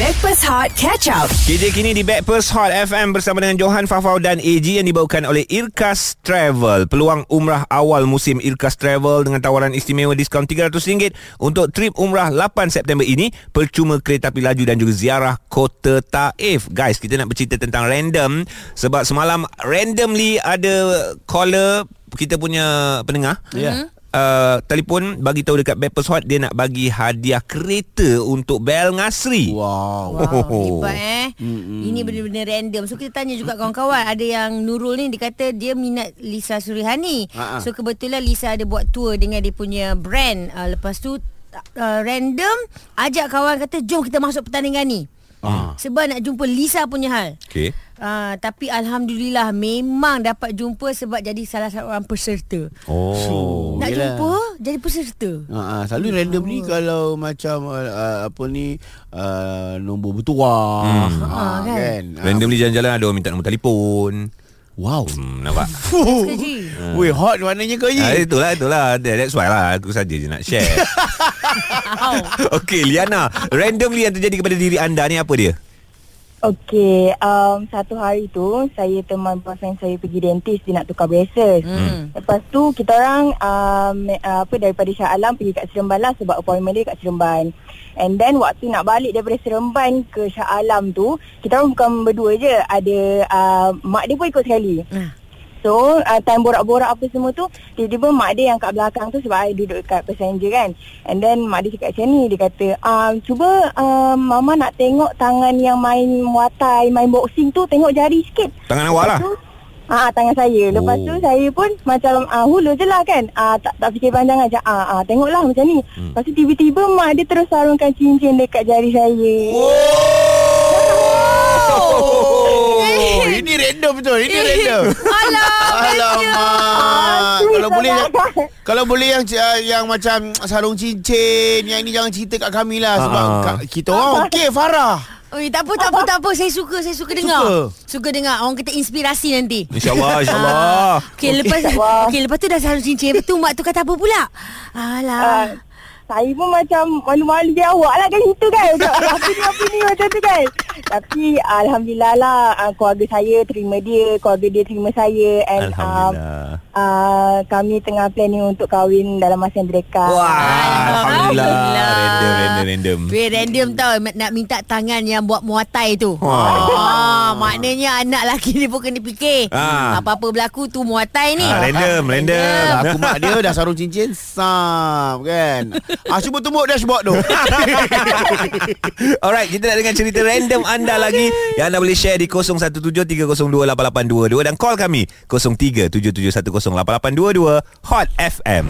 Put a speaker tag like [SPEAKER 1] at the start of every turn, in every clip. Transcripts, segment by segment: [SPEAKER 1] Backpass Hot Catch Up.
[SPEAKER 2] KJ kini di Backpast Hot FM bersama dengan Johan Fafau dan AG yang dibawakan oleh Irkas Travel. Peluang umrah awal musim Irkas Travel dengan tawaran istimewa diskaun RM300 untuk trip umrah 8 September ini percuma kereta api laju dan juga ziarah kota Taif. Guys, kita nak bercerita tentang random sebab semalam randomly ada caller kita punya pendengar.
[SPEAKER 3] Ya.
[SPEAKER 2] Uh, telefon bagi tahu dekat Backpast Hot dia nak bagi hadiah kereta untuk Bel Ngasri.
[SPEAKER 3] Wow.
[SPEAKER 4] Wow,
[SPEAKER 2] Oh.
[SPEAKER 4] hebat eh. Mm-mm. Ini benar-benar random. So kita tanya juga kawan-kawan ada yang Nurul ni dia kata dia minat Lisa Surihani.
[SPEAKER 3] Ha, ha.
[SPEAKER 4] So kebetulan Lisa ada buat tour dengan dia punya brand. Uh, lepas tu uh, random ajak kawan kata jom kita masuk pertandingan ni.
[SPEAKER 3] Ah.
[SPEAKER 4] Sebab nak jumpa Lisa punya hal.
[SPEAKER 2] Okay.
[SPEAKER 4] Uh, tapi alhamdulillah memang dapat jumpa sebab jadi salah seorang peserta.
[SPEAKER 2] Oh.
[SPEAKER 3] So,
[SPEAKER 4] Nak
[SPEAKER 3] yelah.
[SPEAKER 4] jumpa jadi peserta.
[SPEAKER 3] Ha, selalu random ni kalau macam uh, uh, apa ni uh, nombor bertuah hmm.
[SPEAKER 4] Ah, kan?
[SPEAKER 3] Ah.
[SPEAKER 2] Randomly jalan-jalan ada orang minta nombor telefon.
[SPEAKER 3] Wow. Eh.
[SPEAKER 2] Hmm, nampak?
[SPEAKER 4] Suka je.
[SPEAKER 3] Weh hot warnanya kau
[SPEAKER 2] ah,
[SPEAKER 3] ni.
[SPEAKER 2] itulah, itulah. That- That's why lah. Aku saja je nak share.
[SPEAKER 4] Au.
[SPEAKER 2] Okey, Liana. Randomly yang terjadi kepada diri anda ni apa dia?
[SPEAKER 5] Okey, um, satu hari tu saya teman boyfriend saya pergi dentist dia nak tukar braces.
[SPEAKER 4] Hmm.
[SPEAKER 5] Hmm. Lepas tu kita orang um, uh, apa daripada Shah Alam pergi kat Seremban lah sebab appointment dia kat Seremban. And then waktu nak balik daripada Seremban ke Shah Alam tu, kita orang bukan berdua je, ada uh, mak dia pun ikut sekali.
[SPEAKER 4] Ah.
[SPEAKER 5] So uh, time borak-borak apa semua tu Tiba-tiba mak dia yang kat belakang tu Sebab I duduk kat passenger kan And then mak dia cakap macam ni Dia kata um, Cuba um, mama nak tengok tangan yang main Muay Thai Main boxing tu Tengok jari sikit
[SPEAKER 2] Tangan awak lah.
[SPEAKER 5] Ah, tangan saya. Lepas
[SPEAKER 2] Oh.
[SPEAKER 5] tu saya pun macam ah, hula je lah kan. Ah, tak, tak fikir panjang aja. Ah, ah, tengoklah macam ni. Hmm. Lepas tu tiba-tiba mak dia terus sarungkan cincin dekat jari saya.
[SPEAKER 2] Oh.
[SPEAKER 3] Oh, ini random betul. Ini random.
[SPEAKER 4] Alah.
[SPEAKER 3] Alamak.
[SPEAKER 5] sweet
[SPEAKER 3] Kalau boleh
[SPEAKER 5] sangat.
[SPEAKER 3] kalau boleh yang uh, yang macam sarung cincin, yang ini jangan cerita kat kami lah sebab
[SPEAKER 2] Ah.
[SPEAKER 3] ka- kita orang okey Farah.
[SPEAKER 4] Oi, tak apa, tak apa, tak apa. Saya suka, saya suka dengar. Suka, suka dengar. Orang kata inspirasi nanti. Ah.
[SPEAKER 2] InsyaAllah, insyaAllah.
[SPEAKER 4] Okey, lepas okey, lepas tu dah sarung cincin. Lepas tu mak tu kata apa pula?
[SPEAKER 5] Ah,
[SPEAKER 4] Alah.
[SPEAKER 5] saya pun macam malu-malu je awak lah kan situ kan. Macam, apa ni, apa ni macam tu kan. Tapi Alhamdulillah lah ah, keluarga saya terima dia. Keluarga dia terima saya. And um,
[SPEAKER 2] Alhamdulillah.
[SPEAKER 5] uh, kami tengah planning untuk kahwin dalam masa
[SPEAKER 2] Wah,
[SPEAKER 5] yang berdekat.
[SPEAKER 2] Alhamdulillah. Random, random, random.
[SPEAKER 4] Weh, random tau ma- nak minta tangan yang buat Muay Thai tu. Ha.
[SPEAKER 2] Wah.
[SPEAKER 4] maknanya anak lelaki ni pun kena fikir.
[SPEAKER 2] Ah.
[SPEAKER 4] Apa-apa berlaku tu Muay Thai ni.
[SPEAKER 2] Ah, random, random.
[SPEAKER 3] Aku mak dia dah sarung cincin sam kan. Ah cuba tumbuk dashboard tu.
[SPEAKER 2] Alright, kita nak dengar cerita random anda lagi yang anda boleh share di 0173028822 dan call kami 0377108822 Hot FM.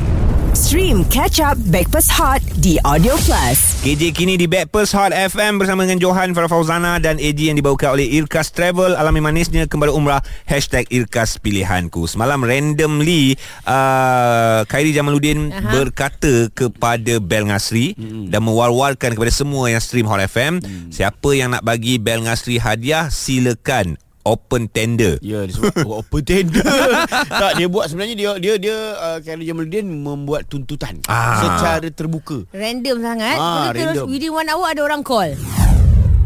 [SPEAKER 1] Stream Catch Up Backpass Hot di Audio Plus.
[SPEAKER 2] KJ kini di Backpast Hot FM bersama dengan Johan Farah Fauzana dan AG yang dibawakan oleh Irkas Travel alami manisnya kembali umrah hashtag Irkas Pilihanku semalam randomly uh, Khairi Jamaluddin
[SPEAKER 4] Aha.
[SPEAKER 2] berkata kepada Bel Ngasri dan mewar-warkan kepada semua yang stream Hot FM siapa yang nak bagi Bel Ngasri hadiah silakan open tender
[SPEAKER 3] Ya dia sebab buat open tender Tak dia buat sebenarnya dia dia dia uh, Khairul Jamaluddin membuat tuntutan
[SPEAKER 2] Ah.
[SPEAKER 3] secara terbuka.
[SPEAKER 4] Random sangat.
[SPEAKER 3] Ah,
[SPEAKER 4] Lepas tu terus
[SPEAKER 3] random.
[SPEAKER 4] within one hour ada orang call.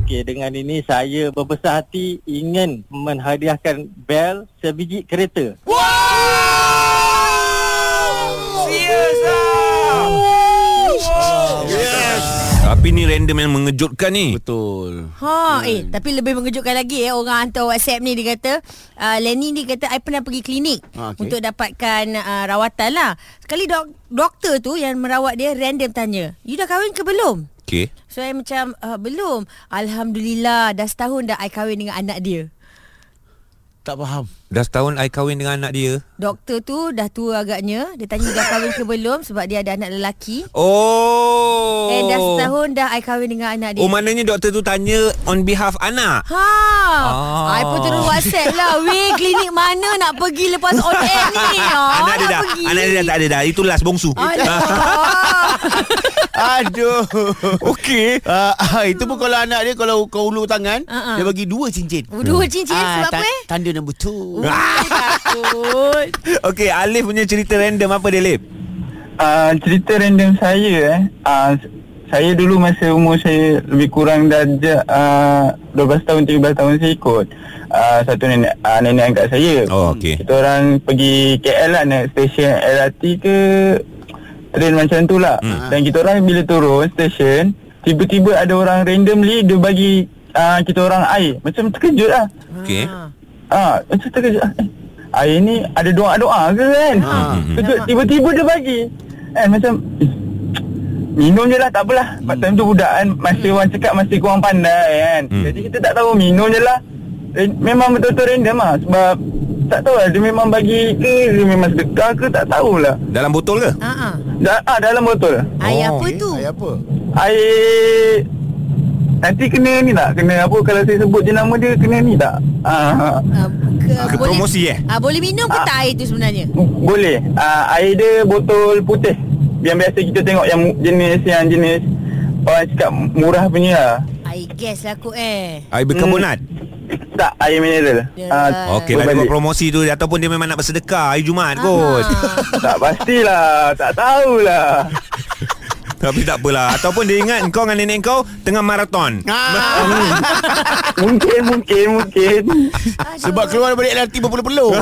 [SPEAKER 6] Okey, dengan ini saya berbesar hati ingin menghadiahkan bel sebiji kereta.
[SPEAKER 2] tapi ni random yang mengejutkan ni
[SPEAKER 3] Betul.
[SPEAKER 4] Ha, hmm. eh tapi lebih mengejutkan lagi eh orang hantar WhatsApp ni dia kata, uh, Lenny dia kata I pernah pergi klinik okay.
[SPEAKER 3] Ah, okey.
[SPEAKER 4] untuk dapatkan uh, rawatan lah. Sekali dok- doktor tu yang merawat dia random tanya, "You dah kahwin ke belum?"
[SPEAKER 2] okey
[SPEAKER 4] So I macam uh, belum. Alhamdulillah dah setahun dah I kahwin dengan anak dia.
[SPEAKER 3] Tak faham.
[SPEAKER 2] dah setahun I kahwin dengan anak dia
[SPEAKER 4] Doktor tu dah tua agaknya, dia tanya dah kahwin ke belum sebab dia ada anak lelaki.
[SPEAKER 2] Oh.
[SPEAKER 4] Oh. And dah setahun dah I kahwin dengan anak dia.
[SPEAKER 2] Oh maknanya doktor tu tanya on behalf anak.
[SPEAKER 4] Ha.
[SPEAKER 2] Ah.
[SPEAKER 4] Ah. I pun terus WhatsApp lah. Weh, klinik mana nak pergi lepas on air ni? Ah,
[SPEAKER 2] anak dia
[SPEAKER 4] nak
[SPEAKER 2] dah.
[SPEAKER 4] pergi. Oh,
[SPEAKER 2] Anak dia dah tak ada dah. Itu last bongsu.
[SPEAKER 4] Alah.
[SPEAKER 3] Aduh.
[SPEAKER 2] Okey.
[SPEAKER 3] Uh, itu pun kalau anak dia kalau kau ulur tangan
[SPEAKER 4] Ah, ah.
[SPEAKER 3] dia bagi dua cincin. Ah,
[SPEAKER 4] Dua cincin sebab
[SPEAKER 3] ta-
[SPEAKER 4] apa eh?
[SPEAKER 3] Tanda nombor two.
[SPEAKER 4] Takut.
[SPEAKER 2] Okey,
[SPEAKER 6] Ah,
[SPEAKER 2] Alif punya cerita random apa dia, Alif?
[SPEAKER 6] Uh, cerita random saya eh. Uh, Saya dulu masa umur saya lebih kurang darjah uh, 12 tahun 13 tahun saya ikut uh, satu nenek uh, nenek angkat saya.
[SPEAKER 2] Oh, okey.
[SPEAKER 6] Kita orang pergi KL lah naik stesen LRT ke train macam tu lah. Hmm. Dan kita orang bila turun stesen tiba-tiba ada orang randomly dia bagi uh, kita orang air. Macam terkejut lah.
[SPEAKER 2] Okey.
[SPEAKER 6] Ah, macam terkejut. Eh, Air ni ada doa-doa ke kan? Ha. Terkejut, tiba-tiba dia bagi. Eh, macam... eh, Minum je lah tak apalah Sebab time tu budak kan Masih orang cakap masih kurang pandai kan
[SPEAKER 2] Hmm.
[SPEAKER 6] Jadi kita tak tahu minum je lah Eh, Memang betul-betul random lah Sebab tak tahu lah dia memang bagi ke Dia memang sedekah ke tak tahulah
[SPEAKER 2] Dalam botol ke?
[SPEAKER 4] Ha ah.
[SPEAKER 6] da- ah, Dalam botol
[SPEAKER 4] Air
[SPEAKER 2] Oh,
[SPEAKER 4] apa
[SPEAKER 2] okey.
[SPEAKER 4] tu?
[SPEAKER 3] Ayah apa?
[SPEAKER 6] Air Nanti kena ni tak Kena apa Kalau saya sebut je nama dia Kena ni tak ah,
[SPEAKER 4] Ah, ke,
[SPEAKER 2] Ke promosi, eh?
[SPEAKER 4] Ah, boleh minum ke tak air tu sebenarnya?
[SPEAKER 6] Boleh ah, Air dia botol putih Yang biasa kita tengok Yang mu- jenis Yang jenis Orang cakap murah punya lah
[SPEAKER 4] Air gas lah kot eh.
[SPEAKER 2] Air berkarbonat.
[SPEAKER 6] Hmm. Tak, air mineral.
[SPEAKER 4] Ya.
[SPEAKER 6] Ah,
[SPEAKER 2] Okey, lah dia buat promosi tu ataupun dia memang nak bersedekah hari Jumaat kot.
[SPEAKER 4] Ah.
[SPEAKER 6] tak pastilah, tak tahulah.
[SPEAKER 2] Tapi tak apalah. Ataupun dia ingat kau dengan nenek kau tengah maraton.
[SPEAKER 3] Ah.
[SPEAKER 6] mungkin, mungkin, mungkin.
[SPEAKER 4] Ah,
[SPEAKER 3] Sebab keluar daripada LRT berpeluh-peluh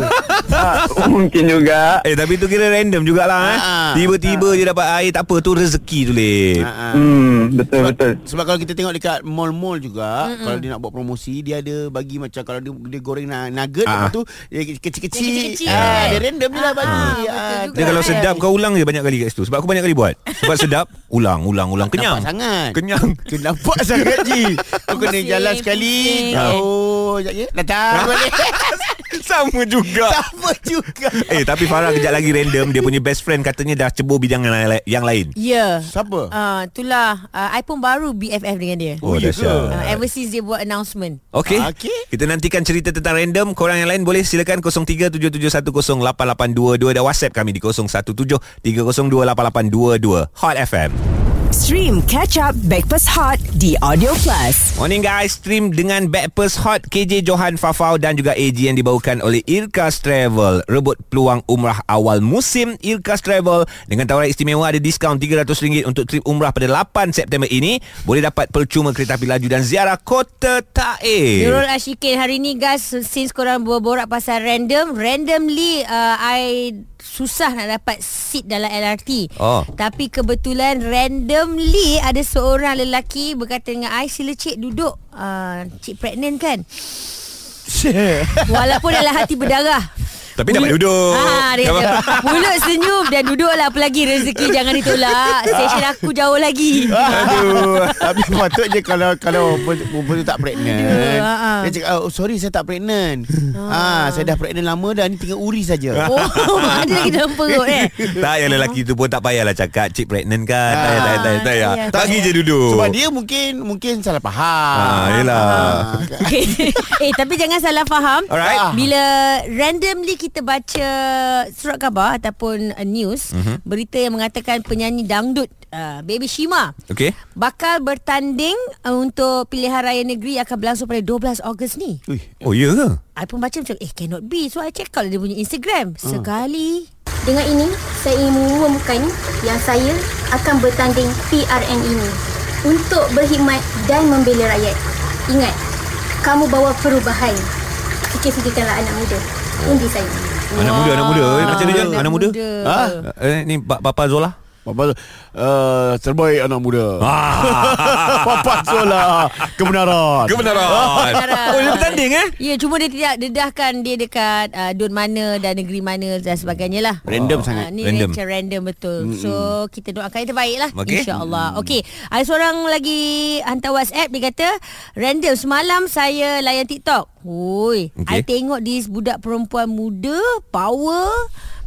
[SPEAKER 6] Ah, mungkin juga.
[SPEAKER 2] Eh tapi tu kira random jugalah eh.
[SPEAKER 3] Ha, ha.
[SPEAKER 2] Tiba-tiba dia dapat air tak apa tu rezeki tu leh.
[SPEAKER 3] Ah, ah.
[SPEAKER 6] Hmm, betul betul.
[SPEAKER 3] Sebab kalau kita tengok dekat mall-mall juga mm Kalau dia nak buat promosi Dia ada bagi macam Kalau dia, dia goreng na- nugget
[SPEAKER 2] Ah.
[SPEAKER 3] Lepas tu Dia kecil-kecil
[SPEAKER 4] Kecil-kecil.
[SPEAKER 3] ah, Dia random je lah bagi
[SPEAKER 4] betul
[SPEAKER 3] Ah,
[SPEAKER 4] juga.
[SPEAKER 2] Dia kalau sedap kau ulang je banyak kali kat situ. Sebab aku banyak kali buat. Sebab sedap, ulang, ulang, ulang kenyang.
[SPEAKER 3] Nampak sangat
[SPEAKER 2] Kenyang.
[SPEAKER 3] Kena nampak sangat Ji Kau kena
[SPEAKER 4] Pusing,
[SPEAKER 3] jalan sekali
[SPEAKER 4] pusing.
[SPEAKER 2] Ah.
[SPEAKER 3] Jauh Sekejap je Datang balik
[SPEAKER 2] Sama juga.
[SPEAKER 3] Sama juga
[SPEAKER 2] Eh tapi Farah kejap lagi random Dia punya best friend katanya Dah cebur bidang yang lai- yang lain
[SPEAKER 4] Ya.
[SPEAKER 3] Siapa?
[SPEAKER 4] Ah, itulah. Ah, I pun baru BFF dengan dia.
[SPEAKER 2] Oh,
[SPEAKER 3] Oh, ya
[SPEAKER 4] Ah,
[SPEAKER 2] dahsyat
[SPEAKER 4] ever since dia buat announcement.
[SPEAKER 2] Okey.
[SPEAKER 3] Okey.
[SPEAKER 2] Kita nantikan cerita tentang random. Korang yang lain boleh silakan 0377108822 dan WhatsApp kami di 0173028822 Hot FM.
[SPEAKER 1] Stream Catch Up Backpass Hot di Audio Plus.
[SPEAKER 2] Morning guys, stream dengan Backpers Hot KJ Johan Fafau dan juga AG yang dibawakan oleh Irkas Travel. Rebut peluang umrah awal musim Irkas Travel dengan tawaran istimewa ada diskaun RM300 untuk trip umrah pada 8 September ini. Boleh dapat percuma kereta api laju dan ziarah kota Taif.
[SPEAKER 4] Nurul Ashikin hari ni guys since korang berborak pasal random randomly uh, I susah nak dapat seat dalam LRT.
[SPEAKER 2] Oh.
[SPEAKER 4] Tapi kebetulan randomly ada seorang lelaki berkata dengan I sila cik duduk. Uh, cik pregnant kan? Walaupun dalam hati berdarah.
[SPEAKER 2] Tapi dapat duduk.
[SPEAKER 4] Ha, dia kata, mulut senyum dan duduklah apa lagi rezeki jangan ditolak. Station aku jauh lagi.
[SPEAKER 3] Aduh Tapi patutnya kalau Kalau perempuan tu tak pregnant
[SPEAKER 4] Ya, ah.
[SPEAKER 3] Dia cakap oh, Sorry saya tak pregnant ah. Saya dah pregnant lama dah Ni tinggal uri saja
[SPEAKER 4] Oh, ada lagi dalam perut eh.
[SPEAKER 2] tak yang lelaki tu pun tak payahlah cakap Cik pregnant kan Tak payah, tak payah, tak payah, tak payah.
[SPEAKER 4] Ah, tak
[SPEAKER 2] Bagi
[SPEAKER 4] payah.
[SPEAKER 2] je duduk
[SPEAKER 3] Sebab dia mungkin Mungkin salah
[SPEAKER 2] ah,
[SPEAKER 3] faham
[SPEAKER 2] Yelah
[SPEAKER 4] Okay. eh tapi jangan salah faham.
[SPEAKER 2] Alright.
[SPEAKER 4] Ah. Bila randomly kita baca surat khabar ataupun uh, news, mm-hmm. berita yang mengatakan penyanyi dangdut uh, Baby Shima
[SPEAKER 2] Okay
[SPEAKER 4] bakal bertanding uh, untuk pilihan raya negeri akan berlangsung pada 12 Ogos ni.
[SPEAKER 3] Ui,
[SPEAKER 2] Oh ya ke?
[SPEAKER 4] I pun baca macam eh cannot be. So I check out dia punya Instagram. Sekali
[SPEAKER 7] Dengan ini, saya ingin mengumumkan yang saya akan bertanding PRN ini untuk berkhidmat dan membela rakyat. Ingat, kamu bawa perubahan. Fikir-fikirkanlah anak muda. Undi saya.
[SPEAKER 2] Anak muda, anak muda Eh, Macam dia je Anak muda
[SPEAKER 3] Ha?
[SPEAKER 2] Eh, ni ba- Papa Zola
[SPEAKER 3] Papa uh, Terbaik anak muda
[SPEAKER 2] ah.
[SPEAKER 3] Papa Sola Kebenaran
[SPEAKER 2] Kebenaran
[SPEAKER 4] Kebenaran.
[SPEAKER 2] Oh dia bertanding eh
[SPEAKER 4] Ya cuma dia tidak dedahkan dia dekat uh, Dun mana dan negeri mana dan sebagainya lah Ah,
[SPEAKER 3] Random sangat.
[SPEAKER 4] Ni random.
[SPEAKER 2] Random.
[SPEAKER 4] macam random betul mm So kita doakan yang terbaik lah
[SPEAKER 2] Okey.
[SPEAKER 4] okay. InsyaAllah Okay Ada seorang lagi hantar whatsapp Dia kata Random semalam saya layan tiktok Hui
[SPEAKER 2] Okey.
[SPEAKER 4] okay. I tengok this budak perempuan muda Power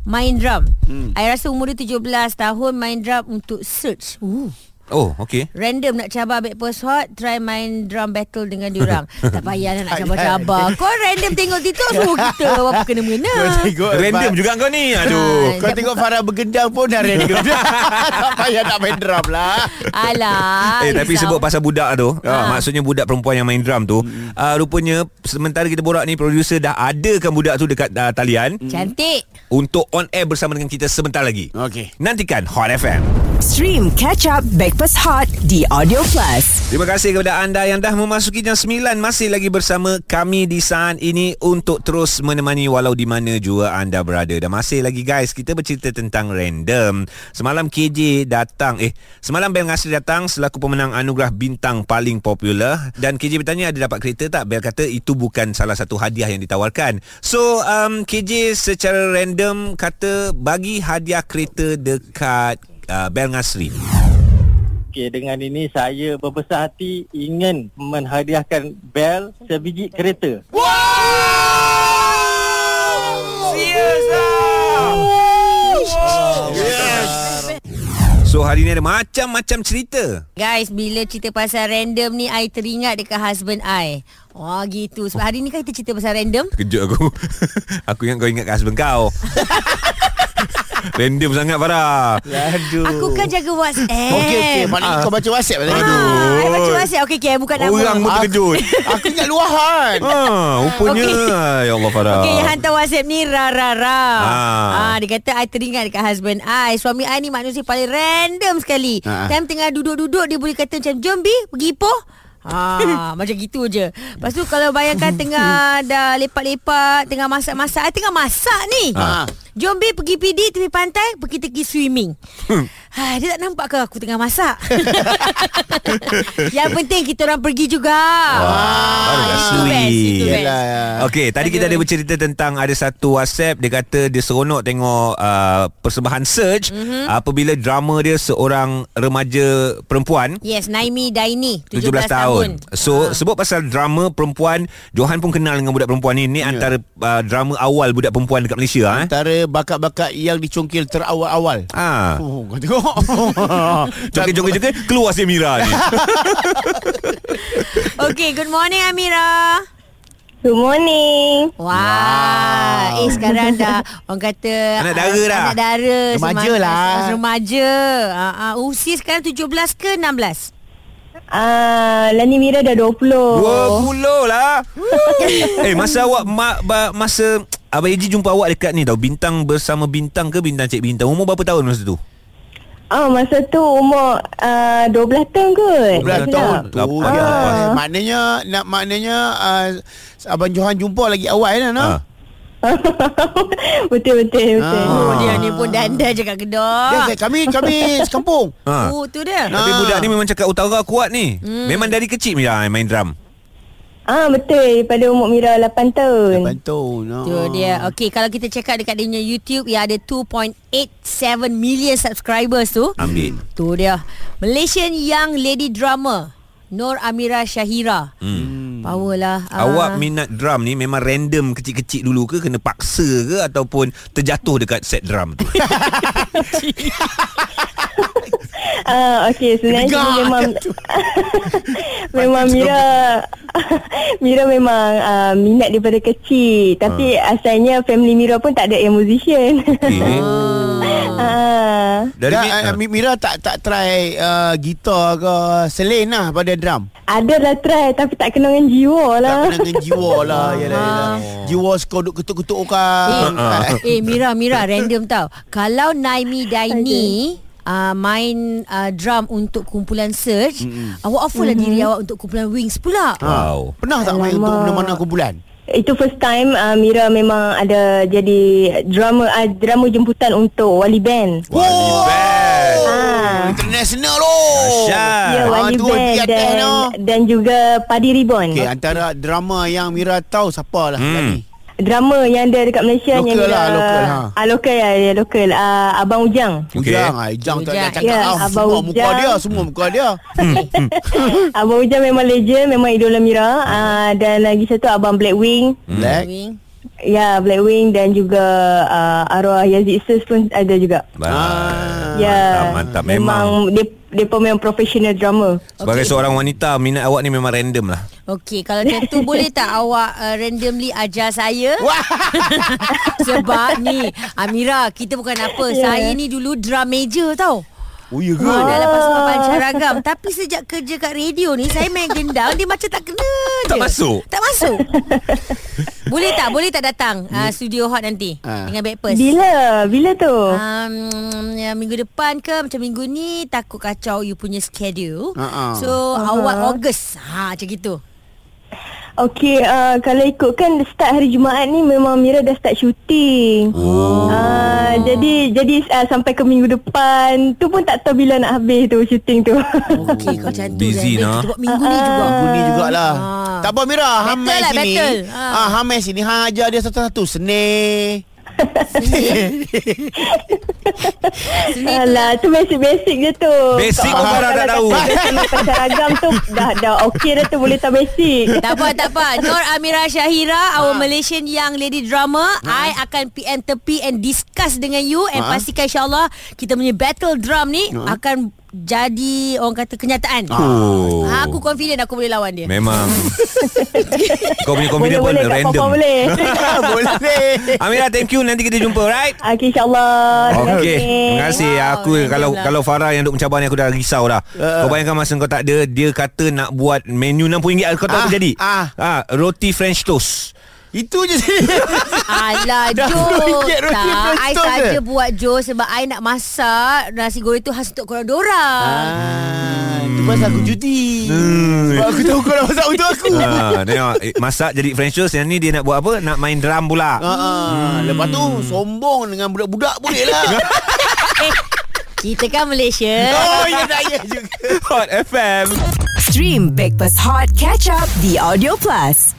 [SPEAKER 4] Main drum hmm. I rasa umur dia 17 tahun Main drum untuk search Uh. Ooh.
[SPEAKER 2] Oh okay
[SPEAKER 4] Random nak cabar Backpast Hot Try main drum battle dengan diorang Tak payahlah nak cabar-cabar Kau random tengok TikTok Suruh kita Apa kena-mengena
[SPEAKER 3] Kau tengok Ah,
[SPEAKER 2] Random juga kau ni Aduh
[SPEAKER 3] Kau tengok Farah bergendang pun dah random Tak payah nak main drum lah
[SPEAKER 4] Alah
[SPEAKER 2] Eh tapi sebut pasal budak tu ha. Maksudnya budak perempuan yang main drum tu hmm. uh, Rupanya Sementara kita borak ni Producer dah adakan budak tu Dekat uh, talian
[SPEAKER 4] Cantik
[SPEAKER 2] Untuk on air bersama dengan kita Sebentar lagi
[SPEAKER 3] Okey.
[SPEAKER 2] Nantikan Hot FM
[SPEAKER 1] Stream Catch Up Backpass Breakfast Hot di Audio Plus.
[SPEAKER 2] Terima kasih kepada anda yang dah memasuki jam 9 Masih lagi bersama kami di saat ini Untuk terus menemani walau di mana jua anda berada Dan masih lagi guys Kita bercerita tentang random Semalam KJ datang Eh semalam Bel Ngasri datang Selaku pemenang anugerah bintang paling popular Dan KJ bertanya ada dapat kereta tak Bel kata itu bukan salah satu hadiah yang ditawarkan So um, KJ secara random kata Bagi hadiah kereta dekat uh, Bel Ngasri
[SPEAKER 8] Okey, dengan ini saya berbesar hati ingin menghadiahkan bel sebiji kereta.
[SPEAKER 2] So hari ni ada macam-macam cerita
[SPEAKER 4] Guys, bila cerita pasal random ni I teringat dekat husband I Oh gitu Sebab hari ni kan kita cerita pasal random
[SPEAKER 2] Terkejut aku Aku ingat kau ingat kat husband kau Random sangat Farah
[SPEAKER 3] Aduh.
[SPEAKER 4] Aku kan jaga WhatsApp
[SPEAKER 3] Okey okey, maknanya kau baca WhatsApp lah. tadi.
[SPEAKER 4] Ah, I baca WhatsApp Okey, okay, bukan nama
[SPEAKER 2] Orang pun terkejut
[SPEAKER 3] Aku ingat luahan.
[SPEAKER 2] ha, Rupanya Ya Allah Farah
[SPEAKER 4] Okey, yang hantar WhatsApp ni Ra Ra Ra
[SPEAKER 2] Ah.
[SPEAKER 4] ah. Dia kata I teringat dekat husband I Suami I ni manusia paling random sekali
[SPEAKER 3] Ah.
[SPEAKER 4] Time tengah duduk-duduk Dia boleh kata macam Jom Bi, pergi Ipoh Ha, macam gitu je Lepas tu kalau bayangkan tengah dah lepak-lepak Tengah masak-masak I tengah masak ni ha.
[SPEAKER 3] Ah.
[SPEAKER 4] Jom Bi pergi PD tepi pantai Pergi pergi swimming ha, Dia tak nampak ke aku tengah masak Yang penting kita orang pergi juga Ah, itu
[SPEAKER 2] baru dah
[SPEAKER 4] best, itu
[SPEAKER 2] sleep.
[SPEAKER 4] best.
[SPEAKER 2] Okey, tadi kita ada bercerita tentang ada satu WhatsApp dia kata dia seronok tengok uh, persembahan Search mm-hmm. apabila drama dia seorang remaja perempuan
[SPEAKER 4] Yes, Naimi Daini
[SPEAKER 2] 17 tahun. tahun. So ha. sebut pasal drama perempuan, Johan pun kenal dengan budak perempuan ni. Ni yeah. antara uh, drama awal budak perempuan dekat Malaysia eh.
[SPEAKER 3] Antara bakat-bakat yang dicungkil terawal-awal.
[SPEAKER 2] Ah.
[SPEAKER 3] Oh, kau tengok.
[SPEAKER 2] Joget-joget-joget keluar si Mira ni.
[SPEAKER 4] Okay, good morning Amira.
[SPEAKER 5] Good morning.
[SPEAKER 4] Wah, wow. eh sekarang dah orang kata ah,
[SPEAKER 2] Anak dara dah.
[SPEAKER 4] Anak dara.
[SPEAKER 3] Remaja
[SPEAKER 4] semang-
[SPEAKER 3] lah.
[SPEAKER 4] Remaja. Ah, ah, usia sekarang 17 ke 16?
[SPEAKER 5] Ah, Lani Mira dah 20.
[SPEAKER 2] Dua puluh lah. eh masa awak ma, ba, masa Abang Eji jumpa awak dekat ni tau Bintang bersama bintang ke bintang cik bintang Umur berapa tahun masa tu?
[SPEAKER 5] Ah, masa tu umur ah, 12 tahun kot.
[SPEAKER 2] 12 tahun. Ah.
[SPEAKER 5] Tak silap.
[SPEAKER 3] Tu
[SPEAKER 2] Lapan tahun
[SPEAKER 3] dia.
[SPEAKER 2] lepas.
[SPEAKER 3] Maknanya nak maknanya uh, Abang Johan jumpa lagi awal kan
[SPEAKER 2] Ah.
[SPEAKER 3] nah.
[SPEAKER 5] betul betul betul.
[SPEAKER 3] Ah.
[SPEAKER 4] Oh, dia ni pun dandan je kat
[SPEAKER 3] Dia,
[SPEAKER 4] kedok.
[SPEAKER 3] kami kami sekampung.
[SPEAKER 2] Ha.
[SPEAKER 4] Oh, tu dia.
[SPEAKER 2] Tapi
[SPEAKER 3] Ah.
[SPEAKER 2] budak ni memang cakap utara kuat ni hmm. Memang dari kecil Mira main drum
[SPEAKER 5] Ah betul pada umur Mira 8 tahun.
[SPEAKER 3] Bantu.
[SPEAKER 4] Tu dia. Okey, kalau kita check out dekat dia punya YouTube yang ada 2.87 million subscribers tu.
[SPEAKER 2] Ambil
[SPEAKER 4] Tu dia. Malaysian Young Lady Drama. Nur Amira Syahira. Hmm. Power lah.
[SPEAKER 2] Awak minat drum ni memang random kecil-kecil dulu ke kena paksa ke ataupun terjatuh dekat set drum tu?
[SPEAKER 5] Ah okey sebenarnya
[SPEAKER 3] Gegar
[SPEAKER 5] Mira memang
[SPEAKER 3] macam tu.
[SPEAKER 5] memang
[SPEAKER 3] Pantai
[SPEAKER 5] Mira Mira memang uh, minat daripada kecil tapi
[SPEAKER 3] Ah.
[SPEAKER 5] asalnya family Mira pun tak ada yang musician.
[SPEAKER 2] Okay.
[SPEAKER 5] ah
[SPEAKER 2] Eh, Dari
[SPEAKER 3] Dari
[SPEAKER 2] ni,
[SPEAKER 3] da, Mi, Mira tak tak try uh, gitar ke selain lah pada drum.
[SPEAKER 5] ada lah try tapi tak kena dengan jiwa
[SPEAKER 3] Tak
[SPEAKER 5] lah.
[SPEAKER 3] kena dengan jiwa lah yalah,
[SPEAKER 2] Ah.
[SPEAKER 3] yalah. Jiwa kan. kau duk ketuk-ketuk
[SPEAKER 4] Eh,
[SPEAKER 3] orang
[SPEAKER 4] eh Mira Mira random tau. Kalau Naimi Daini Uh, main uh, drum untuk kumpulan Surge mm-hmm. Awak offer lah mm-hmm. diri awak untuk kumpulan Wings pula
[SPEAKER 2] wow.
[SPEAKER 3] Pernah tak main untuk mana-mana kumpulan?
[SPEAKER 5] Itu first time uh, Mira memang ada jadi drama uh, drama jemputan untuk wali band.
[SPEAKER 2] Wali band.
[SPEAKER 5] Ah.
[SPEAKER 3] International lo.
[SPEAKER 2] Dahsyat.
[SPEAKER 5] Ya, wali
[SPEAKER 3] Ah, tu
[SPEAKER 5] band
[SPEAKER 3] dia
[SPEAKER 5] dan,
[SPEAKER 3] no.
[SPEAKER 5] dan juga Padi Ribbon.
[SPEAKER 3] Okey, antara drama yang Mira tahu siapa lah hmm. ni.
[SPEAKER 5] Drama yang ada dekat Malaysia
[SPEAKER 3] Lokal
[SPEAKER 5] yang
[SPEAKER 3] lah,
[SPEAKER 5] Mira-
[SPEAKER 3] lokal, ha.
[SPEAKER 5] Ah, lokal ya, ya lokal. Ah, Abang Ujang.
[SPEAKER 2] Okey.
[SPEAKER 3] Ujang, ah, Ujang tak nak
[SPEAKER 4] Ujang,
[SPEAKER 3] cakap
[SPEAKER 5] ya,
[SPEAKER 3] ah,
[SPEAKER 5] Abang
[SPEAKER 3] semua muka
[SPEAKER 5] Ujang.
[SPEAKER 3] dia, semua muka dia. hmm.
[SPEAKER 5] Abang Ujang memang legend, memang idola Mira. Ah, dan lagi satu Abang Blackwing.
[SPEAKER 2] Hmm.
[SPEAKER 3] Black.
[SPEAKER 4] Wing
[SPEAKER 5] Ya, Blackwing dan juga ah, arwah Yazid Sis pun ada juga.
[SPEAKER 2] Ah.
[SPEAKER 5] ya.
[SPEAKER 2] Mantap, mantap. Memang.
[SPEAKER 5] memang dia dia pun memang professional drama.
[SPEAKER 2] Sebagai okay. seorang wanita, minat awak ni memang random lah.
[SPEAKER 4] Okey kalau macam tu boleh tak awak uh, randomly ajar saya Sebab ni Amira kita bukan apa yeah. Saya ni dulu drum major tau
[SPEAKER 3] Oh ya ke?
[SPEAKER 4] Oh, dah lepas papan ragam Tapi sejak kerja kat radio ni Saya main gendang Dia macam tak kena je
[SPEAKER 2] Tak masuk.
[SPEAKER 4] Tak masuk Boleh tak? Boleh tak datang uh, Studio Hot nanti
[SPEAKER 3] Ah.
[SPEAKER 4] Dengan breakfast
[SPEAKER 5] Bila? Bila tu?
[SPEAKER 4] Um, ya, minggu depan ke macam minggu ni takut kacau you punya schedule.
[SPEAKER 3] Ha-ha.
[SPEAKER 4] So awal Ogos. Ha macam gitu.
[SPEAKER 5] Okey, uh, kalau ikutkan start hari Jumaat ni memang Mira dah start syuting. Oh. Uh, jadi jadi uh, sampai ke minggu depan tu pun tak tahu bila nak habis tu syuting tu.
[SPEAKER 4] Okey kalau macam tu
[SPEAKER 2] Busy
[SPEAKER 4] Zain,
[SPEAKER 2] nah.
[SPEAKER 4] Kita buat minggu ni juga.
[SPEAKER 3] Aku ni jugalah
[SPEAKER 4] Ah.
[SPEAKER 3] Tak apa Mira Hamai
[SPEAKER 4] lah,
[SPEAKER 3] sini
[SPEAKER 4] battle. Ah.
[SPEAKER 3] ah, Hamai sini Hang ajar dia satu-satu Seni
[SPEAKER 4] Sini tu lah.
[SPEAKER 5] Alah, tu basic-basic je tu.
[SPEAKER 2] Basic
[SPEAKER 5] Kau
[SPEAKER 2] pun
[SPEAKER 5] faham
[SPEAKER 2] Farah
[SPEAKER 5] kalau
[SPEAKER 2] dah tahu.
[SPEAKER 5] kata Kalau pacaragam tu dah dah okey dah tu boleh tak basic.
[SPEAKER 4] Tak apa, tak apa. Nur Amira Syahira, our Malaysian Young Lady Drama. I akan PM tepi and discuss dengan you. And pastikan insyaAllah kita punya battle drum ni akan jadi orang kata kenyataan.
[SPEAKER 2] Oh.
[SPEAKER 4] Ah, Aku confident aku boleh lawan dia.
[SPEAKER 2] Memang Kau punya
[SPEAKER 5] Boleh
[SPEAKER 2] confident pun
[SPEAKER 5] boleh kat
[SPEAKER 2] random
[SPEAKER 5] Papa boleh.
[SPEAKER 3] Boleh
[SPEAKER 2] Amira thank you Nanti kita jumpa right
[SPEAKER 5] Ah, Okey insya-Allah. Terima
[SPEAKER 2] Okey, terima
[SPEAKER 5] kasih.
[SPEAKER 2] kasih.
[SPEAKER 4] Wow,
[SPEAKER 2] Aku
[SPEAKER 4] random
[SPEAKER 2] kalau
[SPEAKER 4] lah.
[SPEAKER 2] kalau Farah yang duk mencabar ni aku dah risau dah. Uh. Kau bayangkan masa kau tak ada, dia kata nak buat menu RM60. Kau tahu
[SPEAKER 3] Ah,
[SPEAKER 2] apa jadi?
[SPEAKER 3] ah.
[SPEAKER 2] ah, roti french toast.
[SPEAKER 3] Itu je
[SPEAKER 4] Alah
[SPEAKER 3] Dah
[SPEAKER 4] Jo
[SPEAKER 3] RM10 roti
[SPEAKER 4] Tak I
[SPEAKER 3] penutup
[SPEAKER 4] saja
[SPEAKER 3] je.
[SPEAKER 4] buat Jo Sebab I nak masak Nasi goreng tu khas untuk korang dorang
[SPEAKER 3] ah, Itu pasal aku cuti
[SPEAKER 2] Hmm.
[SPEAKER 3] Sebab aku tahu kau dah masak untuk aku
[SPEAKER 2] ha, tengok eh, masak jadi french toast yang ni dia nak buat apa? Nak main drum pula.
[SPEAKER 3] Ah, ah. Lepas tu Sombong dengan budak-budak boleh lah
[SPEAKER 4] eh, Kita kan Malaysia
[SPEAKER 3] Oh ya tak ya juga
[SPEAKER 2] Hot FM.
[SPEAKER 1] Stream Breakfast Hot Catch Up The Audio Plus.